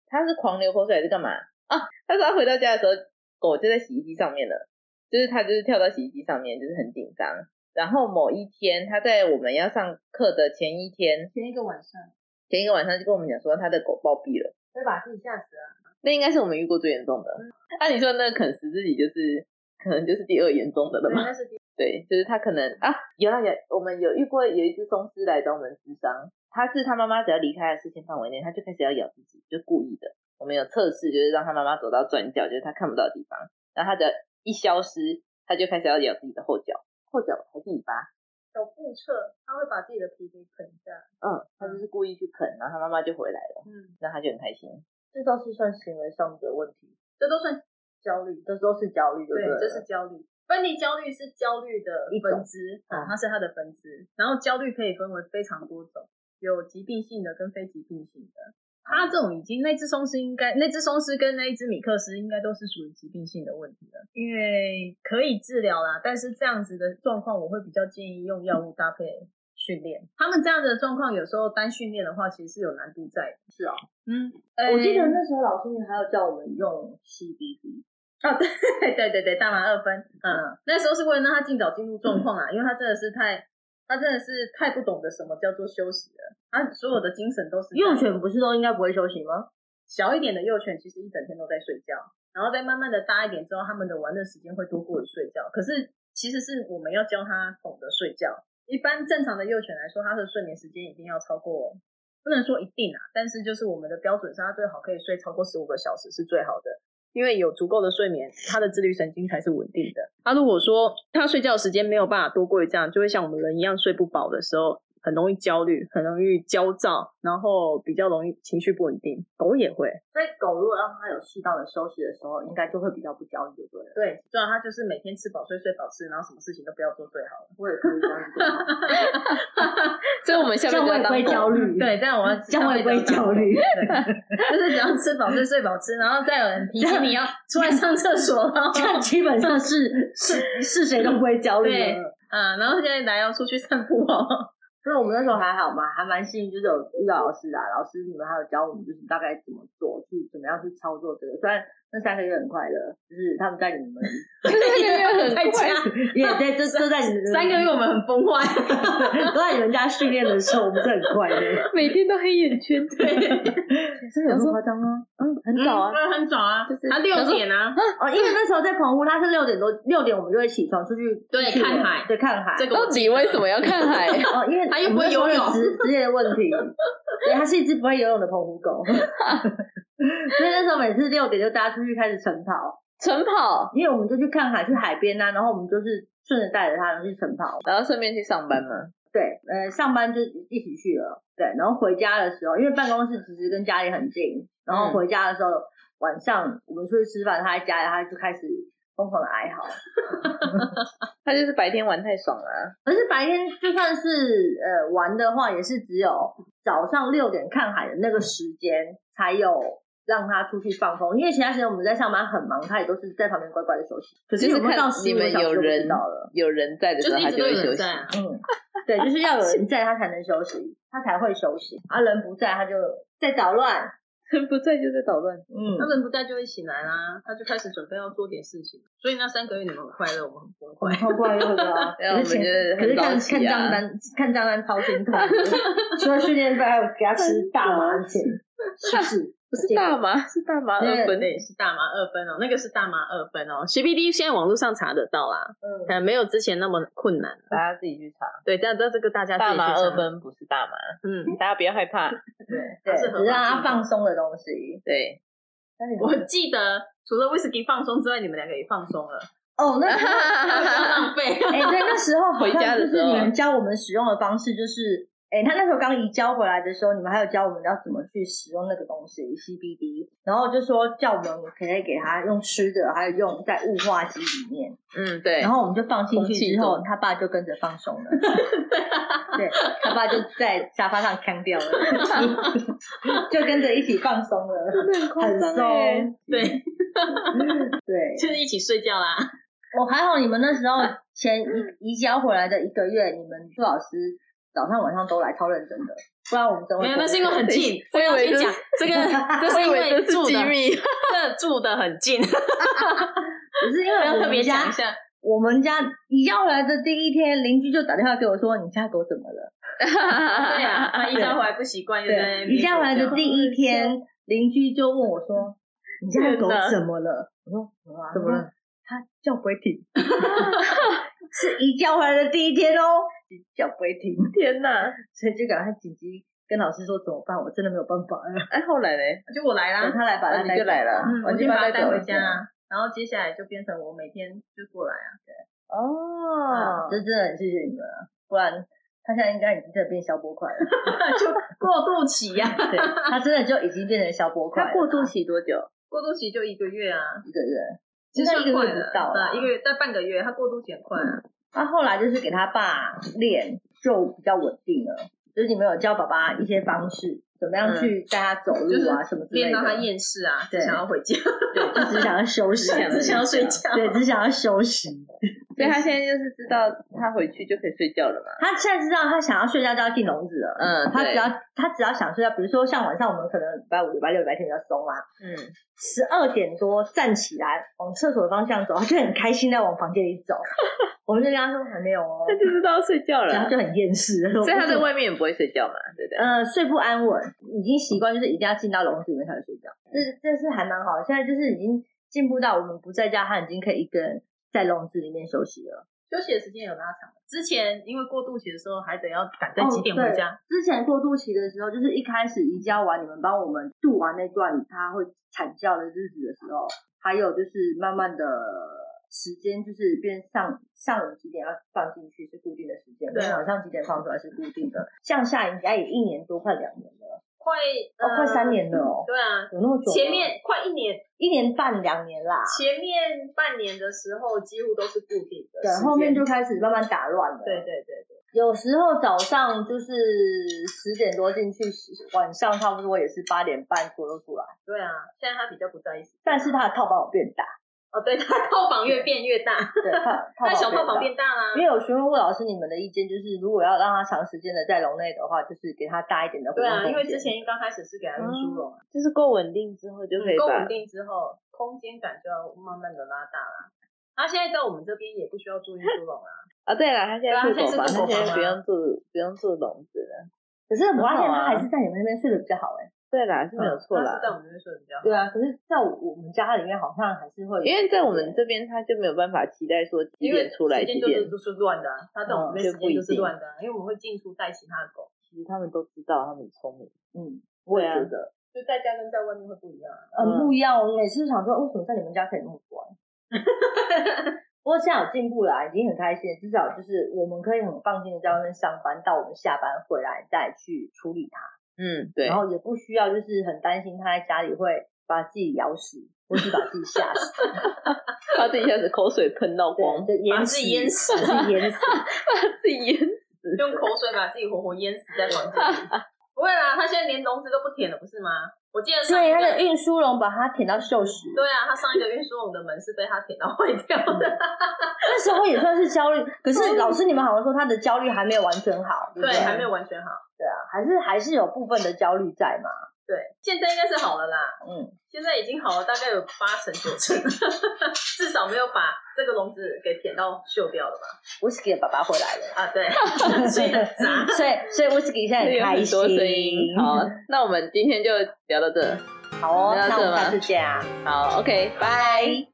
Speaker 1: 他是狂流口水还是干嘛啊？他说他回到家的时候，狗就在洗衣机上面了，就是他就是跳到洗衣机上面，就是很紧张。然后某一天，他在我们要上课的前一天，
Speaker 2: 前一个晚上，
Speaker 1: 前一个晚上就跟我们讲说他的狗暴毙了，
Speaker 2: 会把自己吓死啊！
Speaker 1: 那应该是我们遇过最严重的。按、理说那个啃食自己就是可能就是第二严重的了
Speaker 2: 对，
Speaker 1: 嘛？
Speaker 2: 那是第
Speaker 1: 对，就是他可能啊，有啊有，我们有遇过有一只松狮来找我们咨商，它是它妈妈只要离开的视线范围内，它就开始要咬自己，就故意的。我们有测试，就是让它妈妈走到转角，就是它看不到的地方，然后它只要一消失，它就开始要咬自己的后脚，后脚还是尾巴，
Speaker 2: 有布彻，他会把自己的皮给啃下。
Speaker 1: 嗯，它就是故意去啃，然后它妈妈就回来了，
Speaker 2: 嗯，
Speaker 1: 那它就很开心。
Speaker 3: 这都是算行为上的问题，
Speaker 2: 这都算焦虑。
Speaker 3: 这都是焦虑，
Speaker 2: 对
Speaker 3: 不，
Speaker 2: 这是焦虑。分离焦虑是焦虑的
Speaker 3: 一种
Speaker 2: 分支，
Speaker 3: 嗯
Speaker 2: 啊，它是它的分支。然后焦虑可以分为非常多种，有疾病性的跟非疾病性的。它这种已经那只松狮应该，那只松狮跟那一只米克斯应该都是属于疾病性的问题了，因为可以治疗啦。但是这样子的状况，我会比较建议用药物搭配训练。他们这样的状况，有时候单训练的话，其实是有难度在的。
Speaker 3: 是啊。
Speaker 2: 嗯，
Speaker 3: 我记得
Speaker 2: 呃
Speaker 3: 那时候老师你还要叫我们用 CBD，
Speaker 2: 哦，对 对对对，大麻二分，嗯，那时候是为了让他尽早进入状况啊，
Speaker 3: 嗯
Speaker 2: 因为他真的是太，他真的是太不懂得什么叫做休息了，他所有的精神都是
Speaker 3: 嗯
Speaker 2: 在
Speaker 3: 幼犬不是都应该不会休息吗？
Speaker 2: 小一点的幼犬其实一整天都在睡觉，然后再慢慢的大一点之后，他们的玩的时间会多过于睡觉。可是其实是我们要教他懂得睡觉。一般正常的幼犬来说，它的睡眠时间一定要超过，不能说一定啊，但是就是我们的标准是它最好可以睡超过十五个小时是最好的。因为有足够的睡眠，它的自律神经才是稳定的。它如果说它睡觉的时间没有办法多过于这样，就会像我们人一样睡不饱的时候，很容易焦虑，很容易焦躁，然后比较容易情绪不稳定。狗也会，
Speaker 3: 所以狗如果让它有适当的休息的时候，应该就会比较不焦虑，对不对？
Speaker 2: 对，最好它就是每天吃饱睡，睡饱吃，然后什么事情都不要做最好了。
Speaker 3: 我也可以这样子，
Speaker 1: 所以我们下
Speaker 3: 这
Speaker 1: 面
Speaker 3: 样
Speaker 1: 就要
Speaker 3: 我也不会
Speaker 1: 当狗。
Speaker 3: 焦虑，，
Speaker 2: 对，这样我要
Speaker 3: 这样我也不会焦虑。
Speaker 2: 对， 就是只要吃饱睡，睡饱吃，然后再有人提醒你要出来上厕所，然后
Speaker 3: 这样基本上是是是谁都不会焦虑
Speaker 2: 对
Speaker 3: 的。
Speaker 2: 嗯，然后现在来要出去散步哦。
Speaker 3: 所以我们那时候还好嘛，还蛮幸运，就是有遇到老师啊，老师你们还有教我们就是大概怎么做，去怎么样去操作这个。虽然那三个月很快乐，就是他们在你们
Speaker 1: 很
Speaker 2: 在
Speaker 1: 快
Speaker 2: 家
Speaker 3: 也在这都在你们
Speaker 2: 三个月我们很崩坏，
Speaker 3: 都在你们 家训练的时候，我们是很快乐。
Speaker 1: 每天都黑眼圈，
Speaker 2: 对，
Speaker 3: 真的有这么夸张吗？嗯，很早啊。
Speaker 2: 嗯很早啊，
Speaker 1: 就是
Speaker 2: 啊六点啊，
Speaker 3: 哦，因为那时候在澎湖，他是六点多，六点我们就会起床出去
Speaker 2: 对
Speaker 3: 出去玩
Speaker 2: 看海
Speaker 3: 对看海。
Speaker 2: 这个
Speaker 1: 到底为什么要看海？
Speaker 3: 哦，因为
Speaker 2: 他又不会
Speaker 3: 我们那时候有
Speaker 2: 游泳
Speaker 3: 职职业的问题，对，它是一只不会游泳的澎湖狗， 所以那时候每次六点就大家出去开始晨跑，
Speaker 1: 晨跑，
Speaker 3: 因为我们就去看海，去海边呐、啊，然后我们就是顺着带着它然后去晨跑，
Speaker 1: 然后顺便去上班吗？
Speaker 3: 对，呃，上班就一起去了，对，然后回家的时候，因为办公室其实跟家里很近，然
Speaker 2: 嗯
Speaker 3: 后回家的时候、晚上我们出去吃饭，它在家里，它就开始疯狂的哀嚎。
Speaker 1: 他就是白天玩太爽了、啊。
Speaker 3: 可是白天就算是呃玩的话，也是只有早上六点看海的那个时间才有让他出去放风，因为其他时间我们在上班很忙，他也都是在旁边乖乖的休息。可是
Speaker 1: 就是
Speaker 3: 有没有
Speaker 1: 看
Speaker 3: 到十
Speaker 1: 你
Speaker 3: 五个
Speaker 1: 们
Speaker 3: 小时
Speaker 1: 有
Speaker 3: 就不
Speaker 1: 人
Speaker 3: 知道了。
Speaker 1: 有人在的时候，他就会休息。
Speaker 2: 啊。
Speaker 3: 嗯，对，就是要有人在，他才能休息，他才会休息。啊，人不在，他就在捣乱。
Speaker 1: 人 不在就在捣乱。
Speaker 2: 他
Speaker 3: 嗯，
Speaker 2: 人不在就会醒来啦，他就开始准备要做点事情。所以那三个月你们很快乐，我们很崩
Speaker 3: 我
Speaker 2: 坏
Speaker 3: 们。超怪乐的啊！
Speaker 1: 对啊我们
Speaker 3: 可是
Speaker 1: 觉得
Speaker 3: 可是
Speaker 1: 很
Speaker 3: 看
Speaker 1: 早起
Speaker 3: 看
Speaker 1: 啊
Speaker 3: 账单，看账单超 心痛的。除了训练费，还有给他吃大麻钱，是不是？
Speaker 1: 不是大麻，是大麻二分。欸
Speaker 2: 对，是大麻二分哦，那个是大麻二分哦。CBD 现在网络上查得到啦，
Speaker 3: 嗯
Speaker 2: 可能没有之前那么困难。
Speaker 1: 大家自己去查，
Speaker 2: 对，但但这个大家自己
Speaker 1: 大
Speaker 2: 去
Speaker 1: 麻
Speaker 2: 查
Speaker 1: 二，分不是大麻，
Speaker 2: 嗯，
Speaker 1: 大家不要害怕。
Speaker 3: 对，
Speaker 2: 它
Speaker 3: 只
Speaker 2: 是
Speaker 3: 是
Speaker 2: 合法
Speaker 3: 让他
Speaker 2: 性
Speaker 3: 放松的东西。
Speaker 1: 对，
Speaker 3: 但是
Speaker 2: 我记得除了 whisky 放松之外，你们两个也放松 了，
Speaker 3: 哦， 那 时候，
Speaker 2: 不要浪费。
Speaker 3: 哎、对，那时候好
Speaker 1: 回家
Speaker 3: 像
Speaker 1: 的
Speaker 3: 就
Speaker 1: 时
Speaker 3: 是
Speaker 1: 候
Speaker 3: 你们教我们使用的方式，就是，哎、他那时候刚移交回来的时候，你们还有教我们要怎么去使用那个东西 CBD，然后就说叫我们可以给他用吃的，还有用在雾化机里面，
Speaker 1: 嗯，对
Speaker 3: 然。后我们就放进去
Speaker 1: 空气
Speaker 3: 之后，
Speaker 1: 中
Speaker 3: 他爸就跟着放松 了，对他爸就在沙发上扛掉了， 就跟着一起放松了，
Speaker 1: 欸
Speaker 3: 很松，
Speaker 2: 对，
Speaker 3: 对，
Speaker 2: 就是一起睡觉啦。
Speaker 3: 我还好，你们那时候前移移交回来的一个月，你们朱老师早上晚上都来，超认真的，不然我们真会
Speaker 2: 没有，那是因为很近，
Speaker 1: 我
Speaker 2: 我
Speaker 1: 以
Speaker 2: 要
Speaker 1: 为
Speaker 2: 先
Speaker 1: 这
Speaker 2: 讲这
Speaker 1: 我
Speaker 2: 个，是
Speaker 1: 以
Speaker 2: 因
Speaker 1: 为这是
Speaker 2: 住
Speaker 1: 机
Speaker 2: 的，
Speaker 1: 密，
Speaker 4: 真的住的很 近，
Speaker 3: 只是因为
Speaker 4: 要
Speaker 3: 我
Speaker 4: 特别
Speaker 3: 们
Speaker 4: 讲
Speaker 3: 家
Speaker 4: 一下。
Speaker 3: 我们家一要来的第一天，邻居就打电话给我说：“你家狗怎么了
Speaker 4: 对
Speaker 2: 对啊，
Speaker 4: 啊，
Speaker 2: 他一家回来不习？”惯，又在那
Speaker 3: 对，
Speaker 2: 边
Speaker 3: 一要来
Speaker 2: 狗
Speaker 3: 的
Speaker 2: 叫
Speaker 3: 第一天，邻居就问我说：“你家的狗
Speaker 4: 真的
Speaker 3: 怎么了？”我说：“怎么了？
Speaker 1: 怎么了？”
Speaker 3: 它叫不会停， 是一叫回来的第一天哦，叫不会停，
Speaker 1: 天哪！
Speaker 3: 所以就赶快紧急跟老师说怎么办，我真的没有办法了，
Speaker 1: 哎，后来呢？
Speaker 2: 就我来
Speaker 3: 等
Speaker 2: 啦，
Speaker 3: 他来把它
Speaker 1: 你
Speaker 3: 带
Speaker 1: 就来了
Speaker 2: 嗯，
Speaker 1: 我
Speaker 2: 我
Speaker 1: 就
Speaker 2: 先
Speaker 1: 把
Speaker 2: 把
Speaker 1: 它
Speaker 2: 它
Speaker 1: 带
Speaker 2: 带
Speaker 1: 走
Speaker 2: 回家啊，然后接下来就变成我每天就过来啊，
Speaker 1: 哦，
Speaker 3: 这嗯真的很谢谢你们啊，不然它现在应该已经真的变消波块了，
Speaker 2: 就过渡期呀，
Speaker 3: 对，它真的就已经变成消波块了，
Speaker 1: 它过渡期多久？
Speaker 2: 过渡期就一个月啊，
Speaker 3: 一个月，
Speaker 2: 其
Speaker 3: 应
Speaker 2: 实
Speaker 3: 该一个
Speaker 2: 算快
Speaker 3: 月
Speaker 2: 了
Speaker 3: 不到啦嗯
Speaker 2: 对，一个月在半个月，它过渡期很快啊，
Speaker 3: 他后来就是给他爸练，就比较稳定了。就是你们有教爸爸一些方式，怎么
Speaker 2: 嗯
Speaker 3: 样去带他走路啊，什么之类
Speaker 2: 练
Speaker 3: 的。
Speaker 2: 到它厌世啊，就
Speaker 3: 对
Speaker 2: 想要回家，
Speaker 3: 对，就只想要休息， 啊
Speaker 2: 只想要睡觉，
Speaker 3: 对，只想要休息。
Speaker 1: 所以他现在就是知道他回去就可以睡觉了嘛。
Speaker 3: 他现在知道他想要睡觉就要进笼子了。
Speaker 1: 嗯，
Speaker 3: 他
Speaker 1: 对
Speaker 3: 只要他只要想睡觉，比如说像晚上我们可能礼拜五、礼拜六、礼拜天比较松嘛，
Speaker 1: 嗯，
Speaker 3: 十二点多站起来往厕所的方向走，他就很开心在往房间里 走。我们就跟他说还没有哦
Speaker 1: 他，就知道要睡觉
Speaker 3: 然
Speaker 1: 了
Speaker 3: 后。就很厌世，所
Speaker 1: 所以他在外面也不嗯会睡觉嘛，对不对？
Speaker 3: 呃，睡不安稳，已经习惯就是一定要进到笼子里面才能睡觉，这这是还蛮好的。现在就是已经进步到我们不在家，他已经可以一个人在笼子里面休息了。
Speaker 2: 休息的时间有拉长。之前因为过渡期的时候，还得要赶
Speaker 3: 哦
Speaker 2: 在几点回家，
Speaker 3: 之前过渡期的时候，就是一开始移交完，你们帮我们度完那段他会惨叫的日子的时候，还有就是慢慢的时间就是变上上午几点要放进去是固定的时间，
Speaker 2: 对啊
Speaker 3: 晚上几点放出来是固定的。向下应该也一年多，快两年了，
Speaker 2: 快
Speaker 3: 哦，快三。年了哦
Speaker 2: 呃，对啊，
Speaker 3: 有那么久吗？
Speaker 2: 前面快一年，
Speaker 3: 一年半两年啦，
Speaker 2: 前面半年的时候几乎都是固定的时
Speaker 3: 对
Speaker 2: 间，，
Speaker 3: 后面就开始慢慢打乱了。
Speaker 2: 对对对对，
Speaker 3: 有时候早上就是十点多进去，晚上差不多也是八点半左右出来。
Speaker 2: 对啊，现在他比较不在意。
Speaker 3: 但是他的套房有变大，
Speaker 2: 哦，对，他套房越变越大，
Speaker 3: 对，套套
Speaker 2: 那
Speaker 3: 房
Speaker 2: 小套房
Speaker 3: 大
Speaker 2: 变大啦
Speaker 3: 因。为有询问过老师你们的意见，就是如果要让他长时间的在笼内的话，就是给他大一点的活
Speaker 2: 对
Speaker 3: 动
Speaker 2: 啊，因为
Speaker 3: 空间
Speaker 2: 之前刚开始是给他运输笼，
Speaker 1: 就是够稳嗯定之后就可以
Speaker 2: 嗯够
Speaker 1: 把
Speaker 2: 稳定之后，空间感就要慢慢的拉大啦。他现在在我们这边也不需要做运输笼啦，
Speaker 1: 啊，对了，他现
Speaker 2: 对啊
Speaker 1: 在住
Speaker 2: 他现
Speaker 1: 狗房，他
Speaker 2: 在是住狗
Speaker 1: 现在不
Speaker 2: 房啊
Speaker 1: 用住不用住笼子了。
Speaker 3: 可是我发
Speaker 1: 很
Speaker 3: 现
Speaker 1: 好
Speaker 3: 他
Speaker 1: 啊
Speaker 3: 还是在你们那边睡得比较好哎、
Speaker 1: 对啦， 嗯是没有错
Speaker 2: 他
Speaker 1: 啦
Speaker 2: 是在，我们这边睡得比较好。
Speaker 3: 对啊，可是在我们家里面好像还是会，
Speaker 1: 因为在我们这边他就没有办法期待说几
Speaker 2: 因为
Speaker 1: 点出来
Speaker 2: 时
Speaker 1: 几
Speaker 2: 间就
Speaker 1: 点
Speaker 2: 是，就是乱的啊，他在我
Speaker 3: 嗯
Speaker 2: 们这
Speaker 1: 就
Speaker 2: 边时
Speaker 1: 不一
Speaker 2: 间就是
Speaker 1: 定
Speaker 2: 乱的啊，因为我们会进出带其他的狗，
Speaker 1: 其实他们都知道，他们很聪明。
Speaker 3: 嗯，我
Speaker 1: 对
Speaker 3: 也
Speaker 1: 啊
Speaker 3: 觉得
Speaker 2: 就在家跟在外面会不一样啊。
Speaker 3: 很不一样。哦我每次想说，为什么在你们家可以那么乖？不过现在有进步啦，已经很开心了。至少就是我们可以很放心的在外面上班，到我们下班回来再去处理它，
Speaker 1: 嗯，对
Speaker 3: 然，后也不需要就是很担心它在家里会把自己咬死，或是把自己吓死，
Speaker 1: 他自己开始口水喷到光，
Speaker 3: 对，就
Speaker 2: 把
Speaker 3: 淹
Speaker 2: 自
Speaker 3: 死，
Speaker 2: 己淹死
Speaker 3: 把自己 淹死。
Speaker 1: 自己淹死。
Speaker 2: 用口水把自己活活淹死在房间里。不会啦，他现在连笼子都不舔了，不是吗？我记得上一
Speaker 3: 对，
Speaker 2: 个
Speaker 3: 它的运输笼把它舔到锈蚀，
Speaker 2: 对啊，他上一个运输笼的门是被他舔到坏掉的。
Speaker 3: 那时候也算是焦虑。可是老师，你们好像说他的焦虑还没有完全好，嗯对 不啊
Speaker 2: 对，
Speaker 3: 对？
Speaker 2: 还没有完全好。
Speaker 3: 对啊，还是还是有部分的焦虑在嘛。
Speaker 2: 对，现在应该是好了啦，
Speaker 3: 嗯，
Speaker 2: 现在已经好了，大概有八成九成， 至少没有把这个笼子给舔到锈掉了吧？
Speaker 3: Whisky 的爸爸回来了，
Speaker 2: 啊，对， 所以很杂。
Speaker 3: 所以所以 Whisky 现在很
Speaker 1: 有
Speaker 3: 开
Speaker 1: 很
Speaker 3: 心。
Speaker 1: 多声音，好，那我们今天就聊到这，
Speaker 3: 好哦，
Speaker 1: 聊到
Speaker 3: 那我
Speaker 1: 这
Speaker 3: 们下
Speaker 1: 吗
Speaker 3: 次见啊，
Speaker 1: 好，OK，拜。
Speaker 3: 拜。